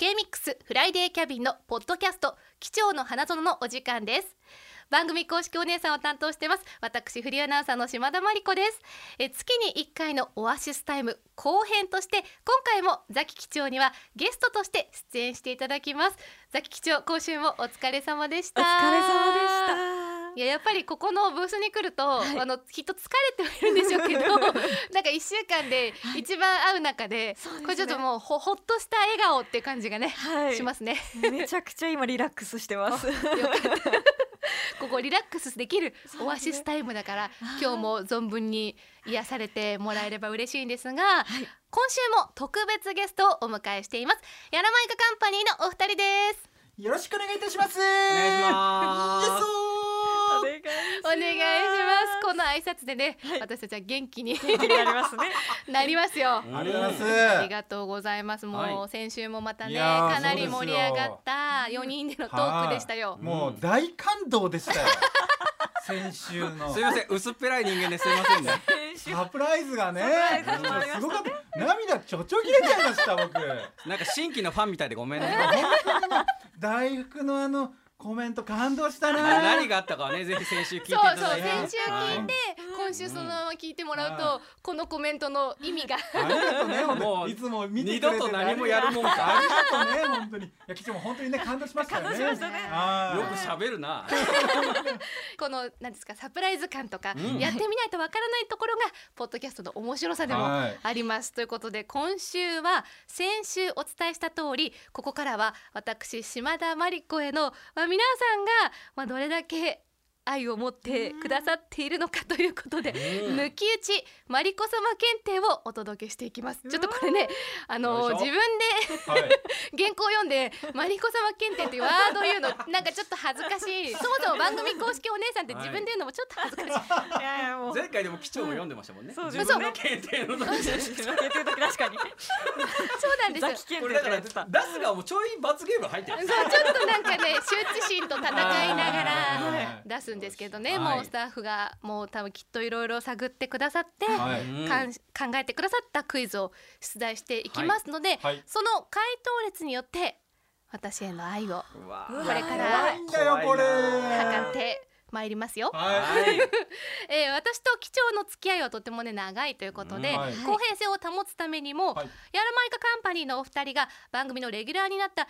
レミックスフライデーキャビンのポッドキャスト機長の花園のお時間です番組公式お姉さんを担当してます私フリーアナウンサーの島田真理子ですえ月に1回のオアシスタイム後編として今回もザキ機長にはゲストとして出演していただきますザキ機長今週もお疲れ様でしたお疲れ様いややっぱりここのブースに来ると、あのきっと疲れてはいるんでしょうけど なんか1週間で一番会う中で,、そうですねこれちょっともうほほっとした笑顔っていう感じがね、はいしますねめちゃくちゃ今リラックスしてます。よかったここリラックスできるそうですねオアシスタイムだから、今日も存分に癒されてもらえれば嬉しいんですが、い今週も特別ゲストをお迎えしています柳井カカンパニーのお二人ですよろしくお願いいたします。おお願いしイエまスオお願いしー願いしますこの挨拶でね、私たちは元気に気になりますね。なりますよ、す。ありがとうござあいりまがとうございます。もはう先週もまたね、いやーかなりそう盛でりすよ上がった4人でのトークでしたよす。。もう大感動でしたよ。先週のすいません、薄っぺらい人間ですいませんね。 サプライズがね、サプライズもありましたねすごかった。涙ちょちょ切れちゃいました僕。なんか新規のファンみたいでごめんね。大福のあのコメント感動したな。何があったかはね、ぜひ先週聞いていそうたそうだいて。先週聞いては今週そのまま聞いてもらうはとこのコメントの意味がありがとうね本も当うにいつも見て二くれて度とて何もやるもんあか。りがとうね本当に。いや貴重も本当にね感動しましたよね。感動しましたねはいよく喋るな。このなんですかサプライズ感とかうんやってみないとわからないところがポッドキャストの面白さでもあはいりますということで今週は先週お伝えした通りここからは私島田真理子へのまあ皆さんがまあどれだけ愛を持ってくださっているのかということでうん抜き打ちマリコ様検定をお届けしていきますちょっとこれねあのよいしょ自分ではい。原稿を読んでマリコ様検定っていうワードを言うのなんかちょっと恥ずかしいそもそも番組公式お姉さんって自分で言うのもちょっと恥ずかし い、いやいやもう。 前回でも機長も読んでましたもんね。そう自分の検定の時確かに。そうなんですよザキ検こ定とかやっれだからてた。出すがもうちょい罰ゲーム入ってるそう。ちょっとなんかね羞恥心と戦いながらはい出すんですけどね、はいもうスタッフがもう多分きっといろいろ探ってくださって、はいうんかん考えてくださったクイズを出題していきますので、はいはいその回答率によって私への愛をうわこれから怖いんだよこれ。測ってまいりますよ、はい。えー私と機長の付き合いはとてもね長いということで、うんはい公平性を保つためにも、はいヤラマイカカンパニーのお二人が番組のレギュラーになった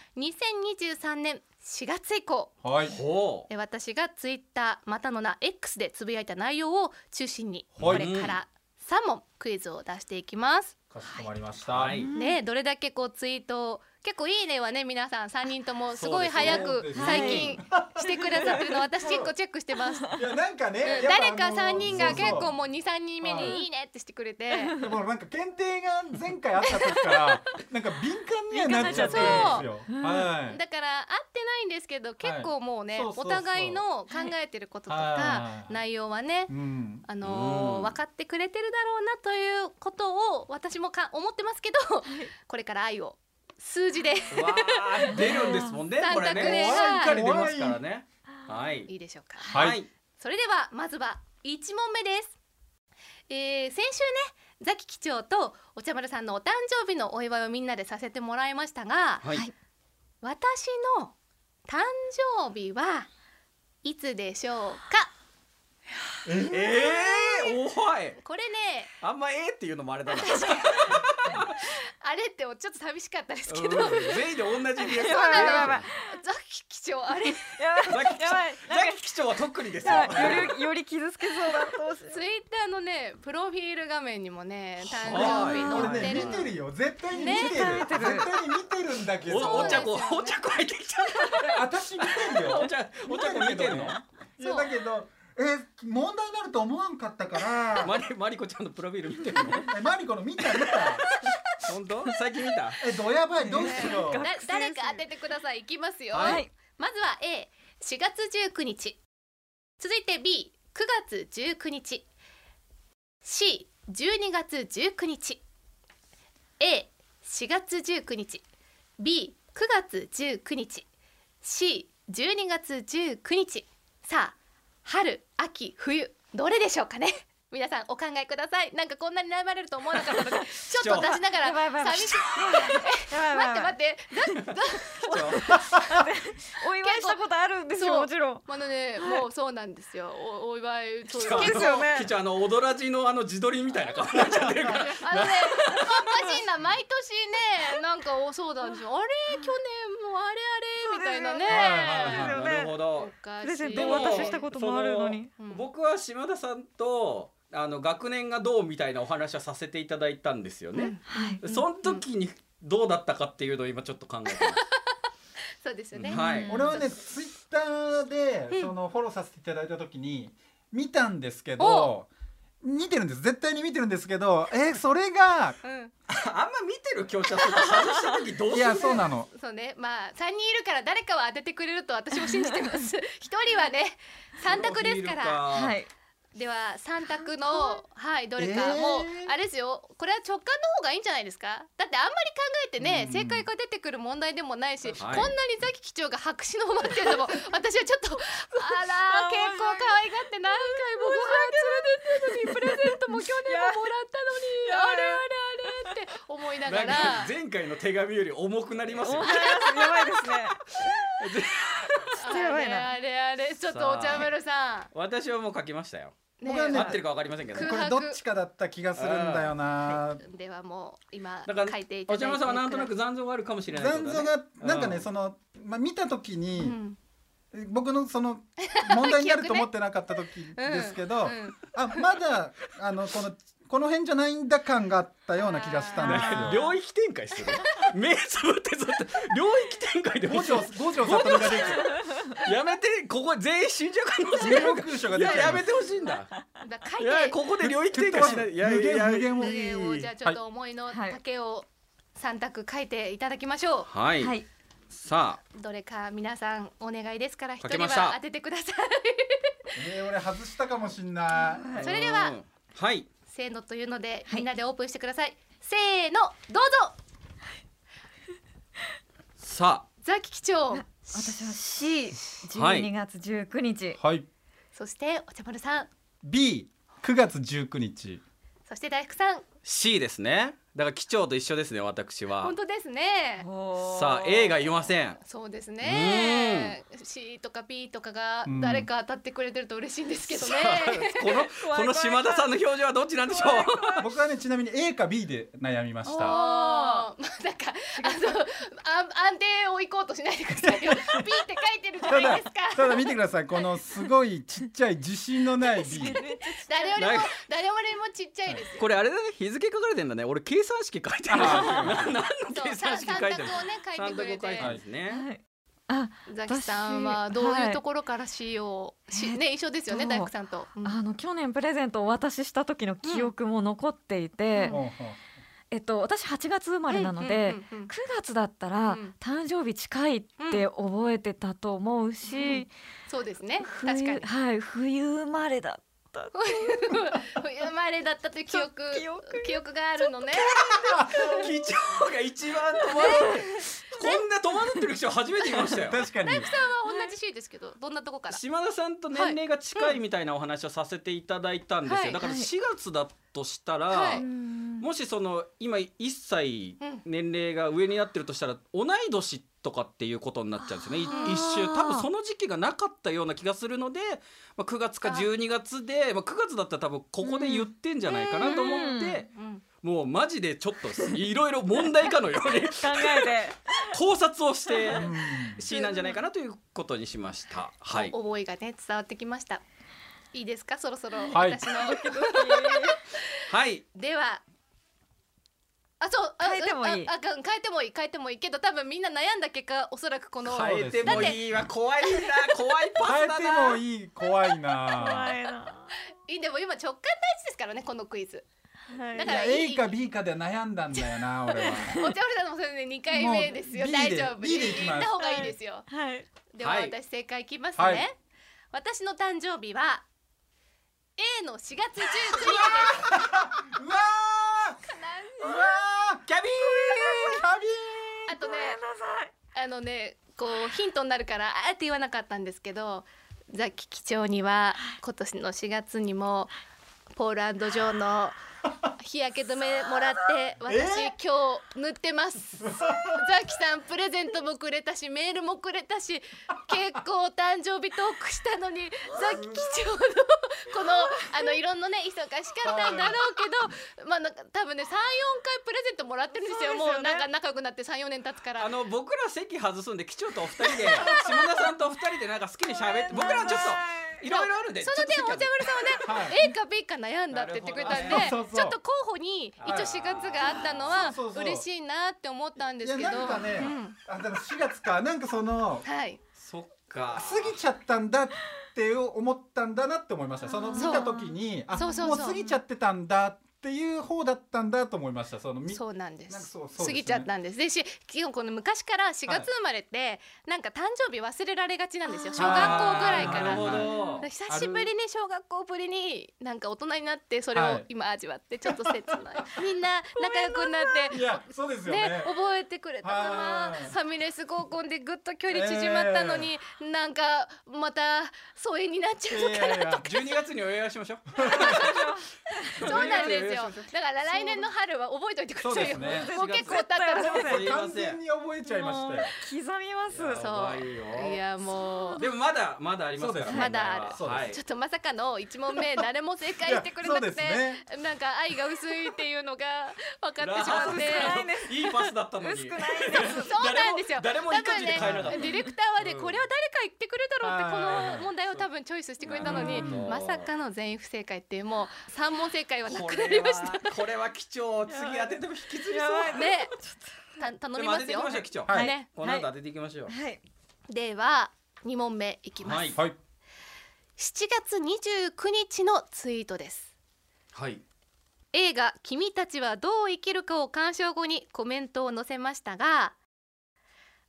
2023年4月以降はい。ほう。えー私がツイッターまたの名 X でつぶやいた内容を中心にこはいれから3問クイズを出していきます。かしこまりました。はい。ねえどれだけこうツイートを結構いいねはね皆さん3人ともすごいそうで早すねく最近してくださってるの私結構チェックしてます。いやなんかね、やっぱ誰かあ3の人が結そうそ構うもう23人目でいいねってしてくれてでもなんか検定が前回あった時からなんか敏感にはなっちゃってるんですよ。はい。だから会ってないんですけど結構もうねそうそうそおう互いの考えてることとかはい内容はねうん。あのーうん分かってくれてるだろうなということを私もか思ってますけどこれから愛を数字でうわー出るんですもんね。これ三択でね。しっしっかかりり出出まますすかかららね。はい。いいでしょうかはいい。それではまずは1問目です、えー先週ねザキ機長とお茶丸さんのお誕生日のお祝いをみんなでさせてもらいましたが、はい。私の誕生日はいつでしょうかええー、おい。これねあんまええっていうのもあれだな。あれってちょっと寂しかったですけど、ザうん全員で同じリアクショやンばいやばいキ機長 あれやばいやばいザキ機長は特にですよやばい。よりより傷つけそうだどうしようツイッターのねプロフィール画面にもね誕生はい日俺載ってねる見のてるよ絶対に見てる、ね絶対に見てるんだけどおお茶子そうですよねお茶子入ってきちゃっ私見てるたよお茶お茶子見てるのいやだけどえ問題になると思わんかったからマリマリコちゃんのプロフィール見てるのえマリコの見た見た本当最近見たえどやばいどうしよう、だ誰か当ててくださいいきますよ、はいはい。まずは A4 月19日続いて B9 月19日 C12 月19日 A4 月19日 B9 月19日 C12 月19日さあ春秋冬どれでしょうかね 皆さんお考えくださいなんかこんなに悩まれると思わなかったので ちょっと出しながやばいやらばいやばい寂しいやばいやばい待って待っってお祝いしたことあるんですそうよもちろんあのねもうそうなんですよおお祝いそう貴重ですよね貴重あの踊らじのあの自撮りみたいな顔になっちゃってる からあのね、おかしいな、毎年ね、なんかおそうなん ですよ。あれ、去年もあれあれみたいなね。はいはいはいなるほどおかしいプレゼントをお渡ししたこともあるのにうん僕は島田さんとあの学年がどうみたいなお話はさせていただいたんですよね、はいその時にどうだったかっていうのを今ちょっと考えてますそうですよね。はい俺はねツイッターうんでそのフォローさせていただいた時に見たんですけど見てるんです絶対に見てるんですけどえそれがうん、 あんま見てる強者とか外した時どうするいやそうなのそうね、まあ、三人いるから、誰かは当ててくれると私も信じて ます。一人はね、三択ですから。ははい、いでは、三択の、はい、どれか、えーもう、あれですよ。これは直感の方がいいんじゃないですか。だって、あんまり考えてね、うん正解が出てくる問題でもないし、はいこんなにザキ機長が白紙のままっていうのも、私はちょっと。あら、結構可愛がって、何回もご飯連れてってるのに、プレゼントも去年ももらったのに、あれあれあれって思いなが。なんから前回の手紙より重くなりますおよ前やばいですねあとやばいれなあれあれ、ちょっとお茶丸さ私はもう書きましたよん。ね僕はね合ってるかわかりませんけどね空こ白れどっちかだった気がするんだよなではもう今だから書いていただいおてるか茶まさんらはなんとなく残像があるかもしれないって残こと像だねがなんかねうんそのまあ見た時うにん僕の その問題になると思ってなかった時ですけどうんあまだあのこのこの辺じゃないんだ感があったような気がしたんですあー領域展開する目つぶってずっと領域展開で五条五条悟が出 てるやめてここ全員死んじゃう可能性全力空がい出てやるやめてほしいんだだから書いいやてここで領域展開しないいや無い限や無限を無限をじゃあちょっと思いのはい丈を三択書いていただきましょはい、はいさあう。どれか皆さんお願いですから一書け人ましたは当ててくださえー、俺外したかもしんない。い。それではうんはいせーのというのではいみんなでオープンしてください。せーのどうぞさザキ機長私は C はい12月19日はい。そしてお茶丸さん B 9月19日。そして大福さん C ですねだから機長と一緒ですね私は本当ですね。さあ A がい言いませんそうですね。C とか B とかが誰か当たってくれてると嬉しいんですけどね。この怖いこの島田さんの表情はどっちなんでしょう僕はねちなみに A か B で悩みましおーた。まあなんかあのあ安定を行こうとしないでくださいよ。ピーって書いてるじゃたなだいですか。ただ見てくださいこのすごいちっちゃい自信のない B。誰よりもなんか誰よりもちっちゃいですよ。これあれだね日付書かれてんだね俺計算式書いてるな何のそう計三算三式択書をいねてる書いてくれて三択を書いて、るんですねはいあザキさんは私どうはいういところから C を、しえっとね一緒ですよね大工さんと。うんあの去年プレゼントをお渡しした時の記憶も残っていて、ほうほうえっと、私8月生まれなので、うんうんうんうん9月だったら、うん誕生日近いって覚えてたと思うし、うんそうですね確か冬に。はい、冬生まれだ冬生まれだったという記憶ちょ記憶記憶があるのね。機長が一番戸惑ってこんな戸惑ってる機長初めて見ましたよ確かに。は同じ C ですけどどんなとこから。島田さんと年齢が近いみたいなお話をさせていただいたんですよ、はいだから4月だとしたら、はいうもしその今1歳うん年齢が上になってるとしたら同い年とかっていうことになっちゃうんですよねいあー一周多分その時期がなかったような気がするので、まあ、9月か12月で、まあ、9月だったら多分ここで言ってんじゃないかなと思って、うんもうマジでちょっといろいろ問題かのように 考えて 考察をしてうん C なんじゃないかなということにしました。はい思いがね伝わってきましたいいですかそろそろはい私の、はいではあそうあ変えてもいいあああ変えてもいい変えてもいいけど多分みんな悩んだ結果おそらくこのはい変えてもいいわ怖いな怖いパス変えだてもないい怖いな。怖いな、いいでも今直感大事ですからねこのクイズはいだいからや A か B かで悩んだんだよ な俺は。お茶碗さんもそれで二回目ですよもう B 大で丈夫 B でいき行ますった方がいいですよはいでははい私正解いきますね、はい私の誕生日は A の4月19日ですうわーうわーキャビカビあとねあのねこうヒントになるからあーって言わなかったんですけどザキ機長には今年の4月にもポーランド上 の日焼け止めもらって私今日塗ってます ザキさんプレゼントもくれたしメールもくれたし結構お誕生日トークしたのにザキ貴重のこのあのいろんなね忙しかったんだろうけどまあなんか多分ね34回プレゼントもらってるんですよそうですもうよねなんか仲良くなって34年経つからあの僕ら席外すんで機長とお二 人で島田さんとお二人でなんか好きに喋って僕らはちょっといろいろあるんでその点ちょっとお茶席外丸さんはね、A か B か悩んだって言ってくれたんで、なるほどねそうそうそうちょっと候補に一応4月があったのはそうそうそう嬉しいなって思ったんですけいど、やなんかね、あでも4月かなんかそのうんはい、そっか過ぎちゃったんだって思ったんだなって思いましたその見そうた時にあそうそうそうもう過ぎちゃってたんだっていう方だったんだと思いましたそのみそうなんでなんかす。そうそうですね過ぎちゃったんです。でし、基本この昔から4月生まれって、なんか誕生日忘れられがちなんですよ。小学校ぐらいかあーならる。ほどだから久しぶりに小学校ぶりになんか大人になってそれはをい今味わってちょっと切ない、みんな仲良くなっていやそうですよねね、覚えてくれたかなはいファミレス合コンでぐっと距離縮まったのに、なんかまた疎遠になっちゃうのかな、いやいやいや12月にお祝いしましょう そうなんですよ12月にお祝いしましょうだから来年の春は覚えといてくださいよ、そうですねもう結構経ったら絶対覚えてすいま完せん全に覚えちゃいましたよ刻みますいやそう覚えよそういやもうでもまだまだありますからそうですまだある問題ははいちょっとまさかの一問目誰も正解してくれなくて、いやそうなんか愛が薄いっていうのが分かってしまっラて。ないでーいいパスだったのに薄くないそうなんですよ。誰も多分誰も一口で買えなかったディレクターはね、これは誰か言ってくれたろうって、この問題を多分チョイスしてくれたのになるほ。どまさかの全員不正解っていう、もう三問正解はなこくなりれはました。これは貴重次当てても引きずり そやばいね、た頼うみでもます当てていきよま。しょう貴重はいねこの後当てていきましょうはい では、二問目いきまはすい。はい7月29日のツイートです。はい映画「君たちはどう生きるか」を鑑賞後にコメントを載せましたが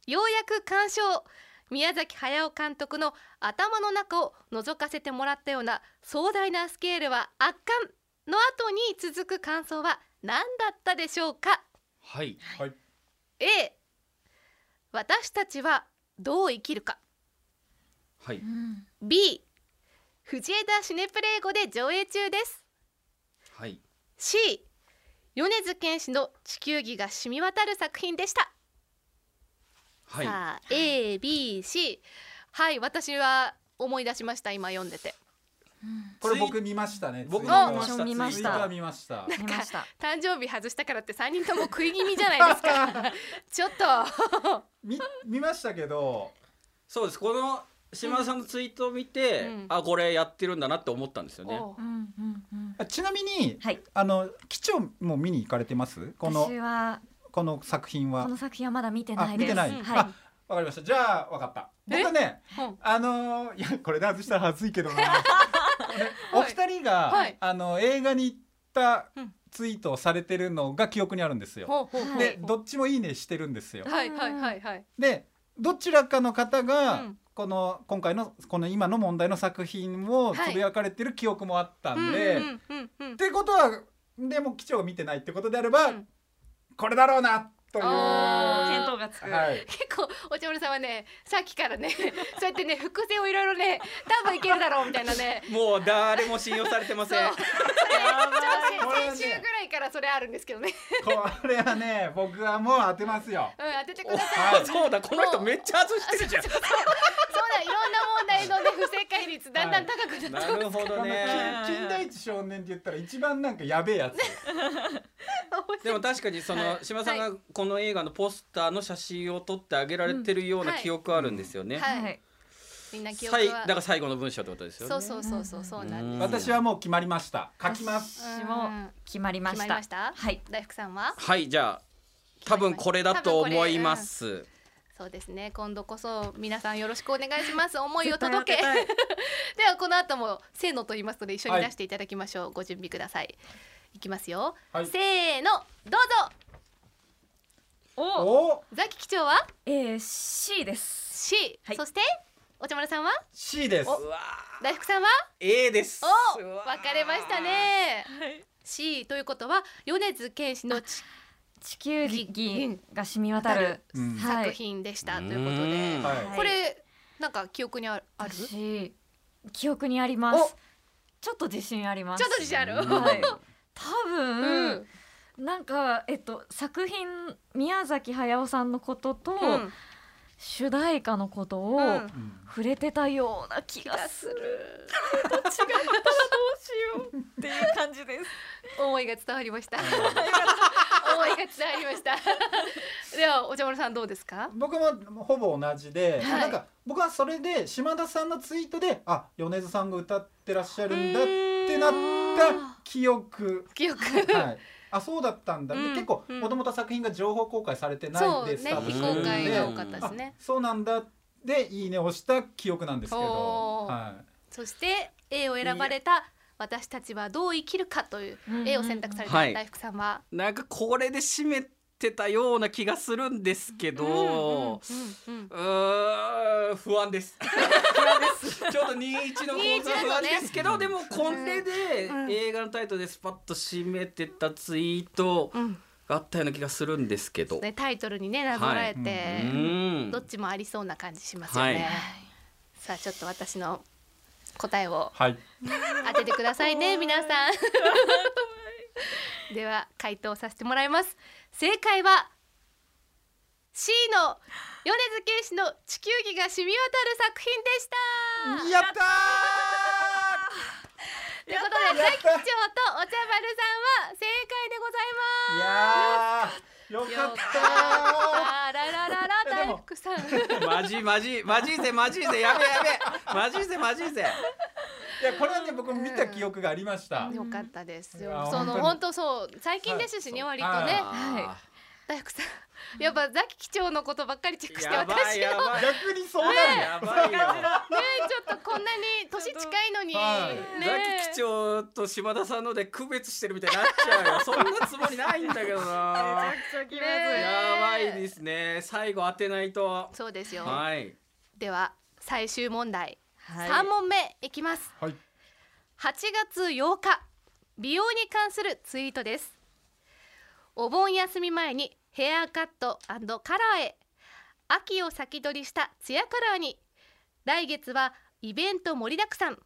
ようやく鑑賞宮崎駿監督の頭の中を覗かせてもらったような壮大なスケールは圧巻の後に続く感想は何だったでしょうかはいはい A 私たちはどう生きるかはい B 藤枝シネプレイ語で上映中ですはい C 米津玄師の地球儀が染み渡る作品でした、はいさあ ABC はい私は思い出しました今読んでてこれ僕見ましたね僕あも私も見まツしイッタたー見ました見ました誕生日外したからって3人とも食い気味じゃないです か ちょっと見見ましたけどそうですこの島田さんのツイートを見て、うんあこれやってるんだなって思ったんですよね。おううんうんうんあちなみにはいあの機長も見に行かれてますこの私はこの作品はこの作品はまだ見てないであ見すてない、うんはいあわかりましたじゃあわかったえ僕はねうんあのーいやこれで外したら恥ずいけど ないお二人が、はいあの映画に行ったうんツイートをされてるのが記憶にあるんですよ、ほうほうほうでどっちもいいねしてるんですよはいはいはいはいでどちらかの方が、うんこの今回のこの今の問題の作品をはいつぶやかれてる記憶もあったんで、うんうんうんうんってことはでも機長が見てないってことであれば、うんこれだろうなというあ見当がつく、はい結構お茶丸さんはねさっきからねそうやってね伏線をいろいろね多分いけるだろうみたいなねもう誰も信用されてませ ん。そやうばい先週ぐらいからそれあるんですけどねこれはね僕はもう当てますようん当ててくおださいあそうだこの人めっちゃ外してるじゃん。 そうだいろんな問題のね不正解率だんだん高くなっなてまするほどね。金金田一少年って言ったら一番なんかやべえやつ でも確かにその島田さんがこの映画のポスターの写真を撮ってあげられてるような記憶あるんですよね。はいはいみんな記憶最だかはら最後の文章ってことですよね。そうそうそうそうそうなんですうん私はもう決まりました書きます私も決まりまし決たまりましたはい大福さんははいじゃあ多分これだと思います。そうですね今度こそ皆さんよろしくお願いします思いを絶対届け当てたいではこの後もせーのと言いますので一緒に出していただきましょう、ご準備くださいいきますよ、はいせーのどうぞおおザキ機長はえー、C です C、はいそしてお茶丸さんは C ですうわ大福さんは A です。おうわ分かれました。ねはい C ということは米津玄師の地地球儀が染み渡るうんはい作品でした、うんということで、はいはいこれなんか記憶にあるある私記憶にありますちょっと自信ありますちょっと自信ある、 はい多う分、んなんかえっと作品宮崎駿さんのことと、うん主題歌のことを、うんうん触れてたような気がする。どっちがったらどうしようっていう感じです。思いが伝わりました思いが伝わりました ではお茶丸さんどうですか僕もほぼ同じで、はいなんか僕はそれで島田さんのツイートであ米津さんが歌ってらっしゃるんだってなった記憶記憶はい、あそうだったんだ、でうん結構うんもともと作品が情報公開されてなそいうでねスタートし非てる公んで開が多かったですねあそうなんだでいいねを押した記憶なんですけど、おーはそして A を選ばれた私たちはどう生きるかという A を選択されはたい大福さんは、なんかこれで締めてたような気がするんですけど、うんうんうんうーん不安 です。不安です。 ちょっと21の構造不安ですけど、でもこれでうん映画のタイトルでスパッと締めてたツイートうんうんがあったような気がするんですけど。ね、タイトルにねなぞらえて、うーんどっちもありそうな感じしますよね、はいさあちょっと私の答えをい、はい、当ててくださいね皆さんでは回答させてもらいます正解は C の米津玄師の地球儀が染み渡る作品でしたやったということでや大っ吉た長とお茶丸さんは正解でございますーいやーよかったあららららいや大でも福さんマジマジマジぜマジぜやべやべマジぜマジーぜ。いやこれはね僕見た記憶がありました、よかったですいやよその本本当そう最近ですしねは割いとねあ大福さんやっぱザキ機長のことばっかりチェックーしてやば私いねやばい。逆にそうなるやばいよ。ちょっとこんなに年近いのにはいザキね機長と島田さんので区別してるみたいになっちゃうよ。 そんなつもりないんだけどな。気まずいねやばいですね。最後当てないと。そうですよはい。では最終問題はい三問目いきますはい8月8日美容に関するツイートですお盆休み前にヘアカットカラーへ秋を先取りしたツヤカラーに来月はイベント盛りだくさん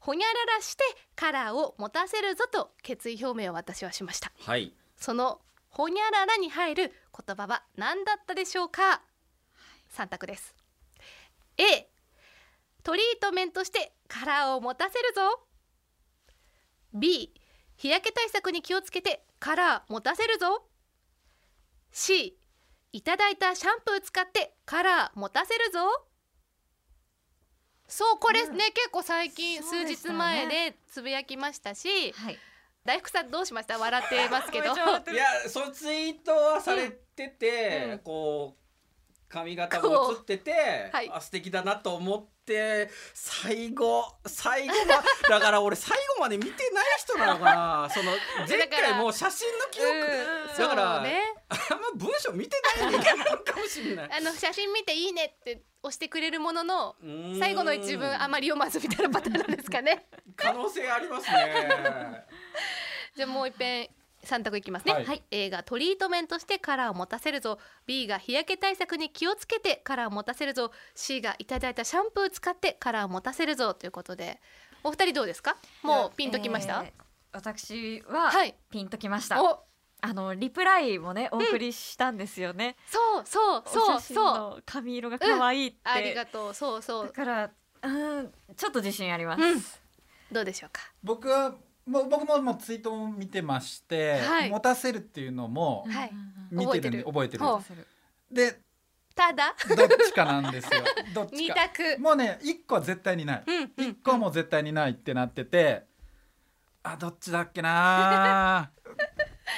ほにゃららしてカラーを持たせるぞと決意表明を私はしましたはい。そのほにゃららに入る言葉は何だったでしょうか三択です A トリートメントしてカラーを持たせるぞ B 日焼け対策に気をつけてカラー持たせるぞ C いただいたシャンプー使ってカラー持たせるぞそうこれね、結構最近、そ数うでした日ね前でつぶやきましたし、はい。大福さんどうしました笑ってますけど めちゃ笑っていや、そのツイートはされてて、うんうんこう。髪型も映ってて、はいあ素敵だなと思って最後最後は だから俺最後まで見てない人なのかなその前だから回もう写真の記憶、うんだからそうねあんま文章見てない人間なのかもしれないあの写真見ていいねって押してくれるもののうーん最後の一文あまり読まずみたいなパターンなんですか ね可能性あります ねじゃあもう一遍三択いきますね、はいはい、A がトリートメントしてカラーを持たせるぞ B が日焼け対策に気をつけてカラーを持たせるぞ C がいただいたシャンプー使ってカラーを持たせるぞということでお二人どうですかもうピンときました、えー私ははいピンときました。おあのリプライもねお送りしたんですよね。そうそうそおう写真そうの髪色が可愛いって。ありがとうそうそだうからうんちょっと自信あります。うんどうでしょうか僕はもう僕ももうツイートも見てまして、はい持たせるっていうのもはいうん見てるんで覚えてるほうでただどっちかなんです よどっち二か択もうね一個は絶対にないうんうん一個はもう絶対にないってなっててあどっちだっけな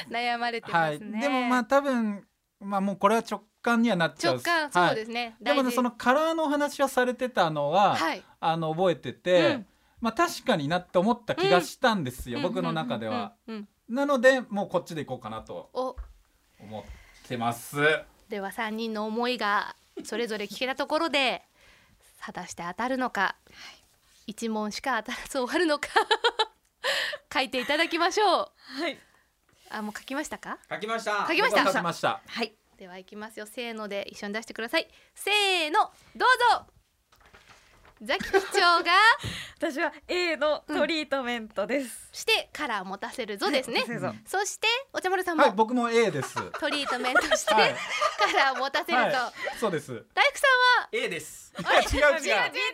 悩まれてまはいすでね、もまあ多分まあもうこれは直感にはなっちゃう、直感そうですすね、はい、でもね大事そのカラーのお話をされてたのは、はいあの覚えてて、うんまあ確かになって思った気がしたんですよ、うん僕の中では、うんうんうんなのでもうこっちでいこうかなとお思ってますでは三人の思いがそれぞれ聞けたところで 果たして当たるのか、一問しか当たらず終わるのか 書いていただきましょうはいあもう書きましたか書きました書きました僕は書きましたはい。ではいきますよせーので一緒に出してくださいせーのどうぞザキ機長が私は A のトリートメントです。してカラー持たせるぞですねそうそうそうそしてお茶丸さんも、はい僕も A ですはトリートメントして、カいラーを持たせると、はいそう です大福さ A ですいや違違う違うう B っ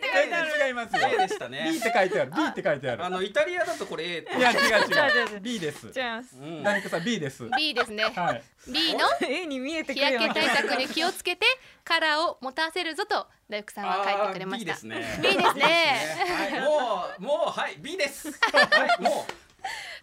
て書いてあ違いますよ A でしたね B って書いてある B って書いてあるあのイタリアだとこれ A っていや違違うう違違うう B です違います。うん大工さん B ですん B ですねはい B の A に見えて日くる焼ようけな。対策に気をつけてカラーを持たせるぞと大福さんは書いてくれましたあー B ですね B ですねはいもうもうはい B ですはいも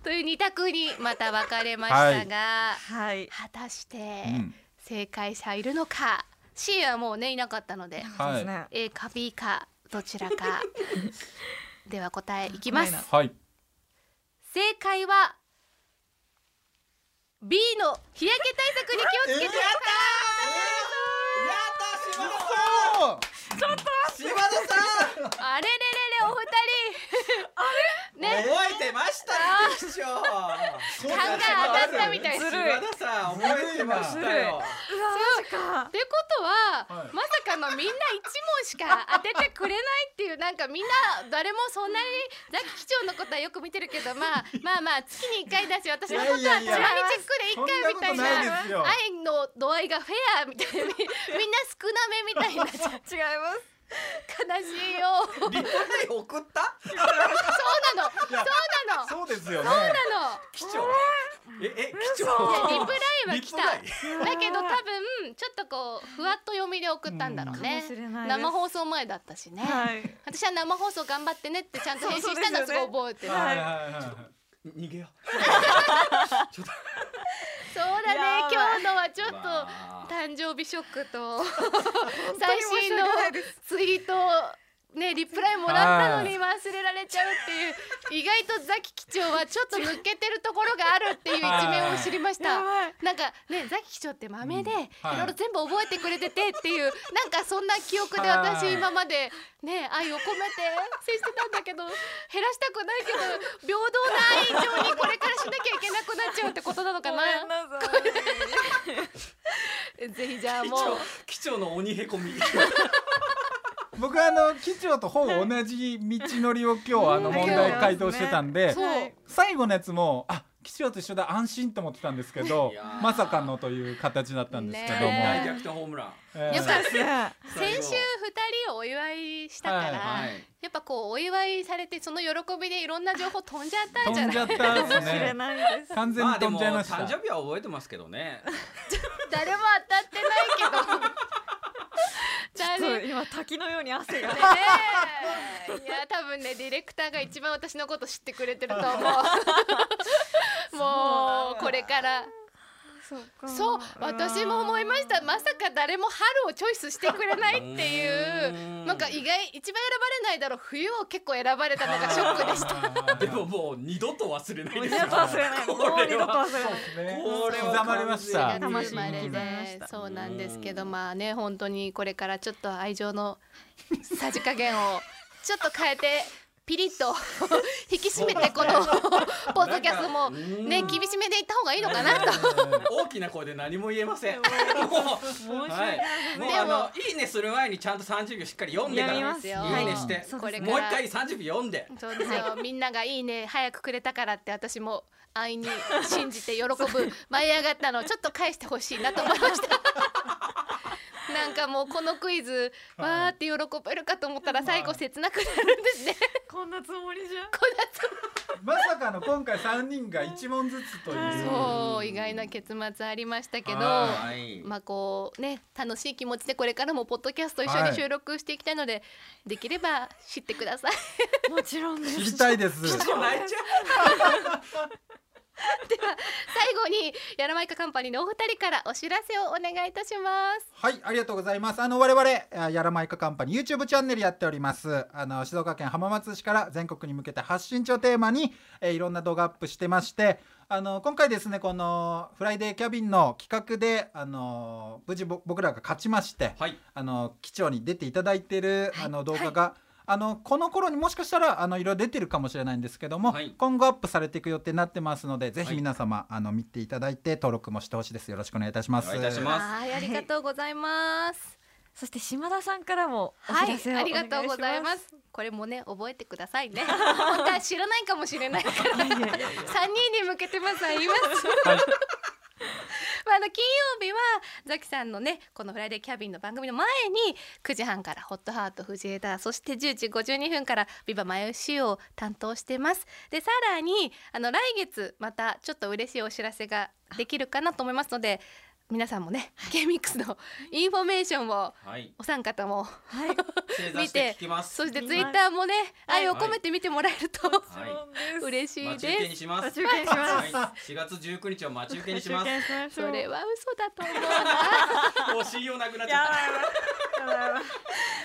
という二択にまた分かれましたが、はい。果たしてうん正解者いるのか、C はもうねいなかったのでそうですはね。 A か B かどちらかでは答えいきます怖いはい正解は B の日焼け対策に気をつけて、う柴田さんあれれれれお二人あれね覚えてましたね師匠勘が当たったみたいですずるい島田さん覚えてましたうよわってことは、はいまさかのみんな一問しか当ててくれないっていうなんかみんな誰もそ んなにザキ機長のことはよく見てるけどまあまあまあ月に1回だし私のことはチいラや見いチェやいやックで1回みたいなそんなことないですよ愛の度合いがフェアみたいなみみんな少なめみたいになっちゃう違います。悲しい よリプレイ送ったそうなのそういやなのそうですよねなの貴重ええ貴いや重リプライは来たリだけど多分ちょっとこうふわっと読みで送ったんだろうねうんかもしれないです生放送前だったしね、はい。私は生放送頑張ってねってちゃんと返信したのすごい覚えてるそうはいはいはいはいプレイ逃げよそうだねやば今日のはちょっうとわー誕生日ショックと本当最に申し新訳のないですツイートを ねリプライもらったのに忘れられちゃうっていう意外とザキ機長はちょっと抜けてるところがあるっていう一面を知りましたや。ばい。なんかねザキ機長って豆で、うんいはいろいろ全部覚えてくれててって いうなんかそんな記憶では私い今までね愛を込め て接してたんだけど減らしたくないけど平等な愛情にこれからしなきゃいけなくなっちゃうってことなのかごなめんなさい。ぜひじゃあ貴もう重貴重の鬼へ こみ僕はあの機長とほぼ同じ道のりを今日あの問題回答してたんでそう、はい最後のやつもあ機長と一緒だ安心と思ってたんですけどいやーまさかのという形だったんですけども、大ね逆転ホームランえーよかったね先週2最後人をお祝いしたから、はいはいやっぱこうお祝いされてその喜びでいろんな情報飛んじゃったんじゃな飛んいじゃっかたもですしれねないです。完全まにあで飛んもじゃいました、誕生日は覚えてますけどね誰も当たってないけ どそ誰う今滝のように汗が。ねえいや多分ねディレクターが一番私のこと知ってくれてると 思うもうこれからそうかそう私も思いましたまさか誰も春をチョイスしてくれないっていううーんなんか意外一番選ばれないだろう冬を結構選ばれたのがショックで したでももう二度と忘れない二です度よと忘れない。もうこれ二度とは忘れない。ねこれは刻まれました完全に楽しみまれにでそうなんですけどうんまあね本当にこれからちょっと愛情のさじ加減をちょっと変えてピリッと引き締めてこのポッドキャストもねうん厳しめでいった方がいいのかなと。大きな声で何も言えません。もう、訳ないはい、もうあのいいねする前にちゃんと30秒しっかり読んでか読みらまですよはいいいねしてそうこれすかもう一ら回30秒読んで。そうですよみんながいいね早くくれたからって私も愛に信じて喜ぶ舞い上がったのをちょっと返してほしいなと思いましたなんかもうこのクイズわーって喜べるかと思ったら最後切なくなるんですね こんなつもりじゃ。こんなつまさかの今回三人が一問ずつという、そう意外な結末ありましたけどははいまあこうね楽しい気持ちでこれからもポッドキャスト一緒に収録していきたいので、できれば知ってくださいもちろんです。知りた いですちょっと泣いちゃ最後にやらまいかカンパニーのお二人からお知らせをお願いいたしますはい、ありがとうございます。あの、我々、あやらまいかカンパニー YouTube チャンネルやっております。あの、静岡県浜松市から全国に向けて発信地をテーマに、えーいろんな動画アップしてまして、あの、今回ですね、この、フライデーキャビンの企画で、あの、無事ぼ僕らが勝ちまして、う。はい。あの、機長に出ていただいている、はいあの、動画が、あのこの頃にもしかしたらあのいろいろ出てるかもしれないんですけども、はい今後アップされていく予定になってますのでぜはひい皆様、あの見ていただいて登録もしてほしいですよろしくお願いいたします。お願いいたしますはい、ありがとうございます。そして島田さんからもおは知らせい、をあお願りいします、がとうございます。これもね、覚えてくださいね。本当は知らないかもしれないから、三人に向けてまずは言います。 まあ、あの金曜日はザキさんのねこの「フライデーキャビン」の番組の前に9時半から「ホットハート藤枝」そして10時52分から「ビバマヨシを担当してますでさらにあの来月またちょっと嬉しいお知らせができるかなと思いますので皆さんもね K ミックスのインフォメーションを はい。お三方もはい正座して聞きます。そして見ツまイすッターもねはい愛を込めて見てもらえると、はいはい嬉しい待ち受けでにす。します。待ち受けにしますはい。4月19日は待ち受けにします。紹介しましょうそれは嘘だと思うな もう信用なくなっちやゃっばた。いわやばいわ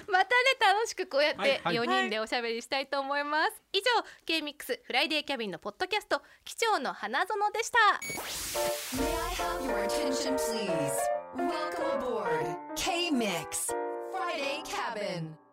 またね楽しくこうやっはいてはい4人でおしゃべりしたいと思います、以上 k ミックスフライデーキャビンのポッドキャスト貴重の花園でした May I have your attention, please? Welcome aboard K Mix Friday Cabin.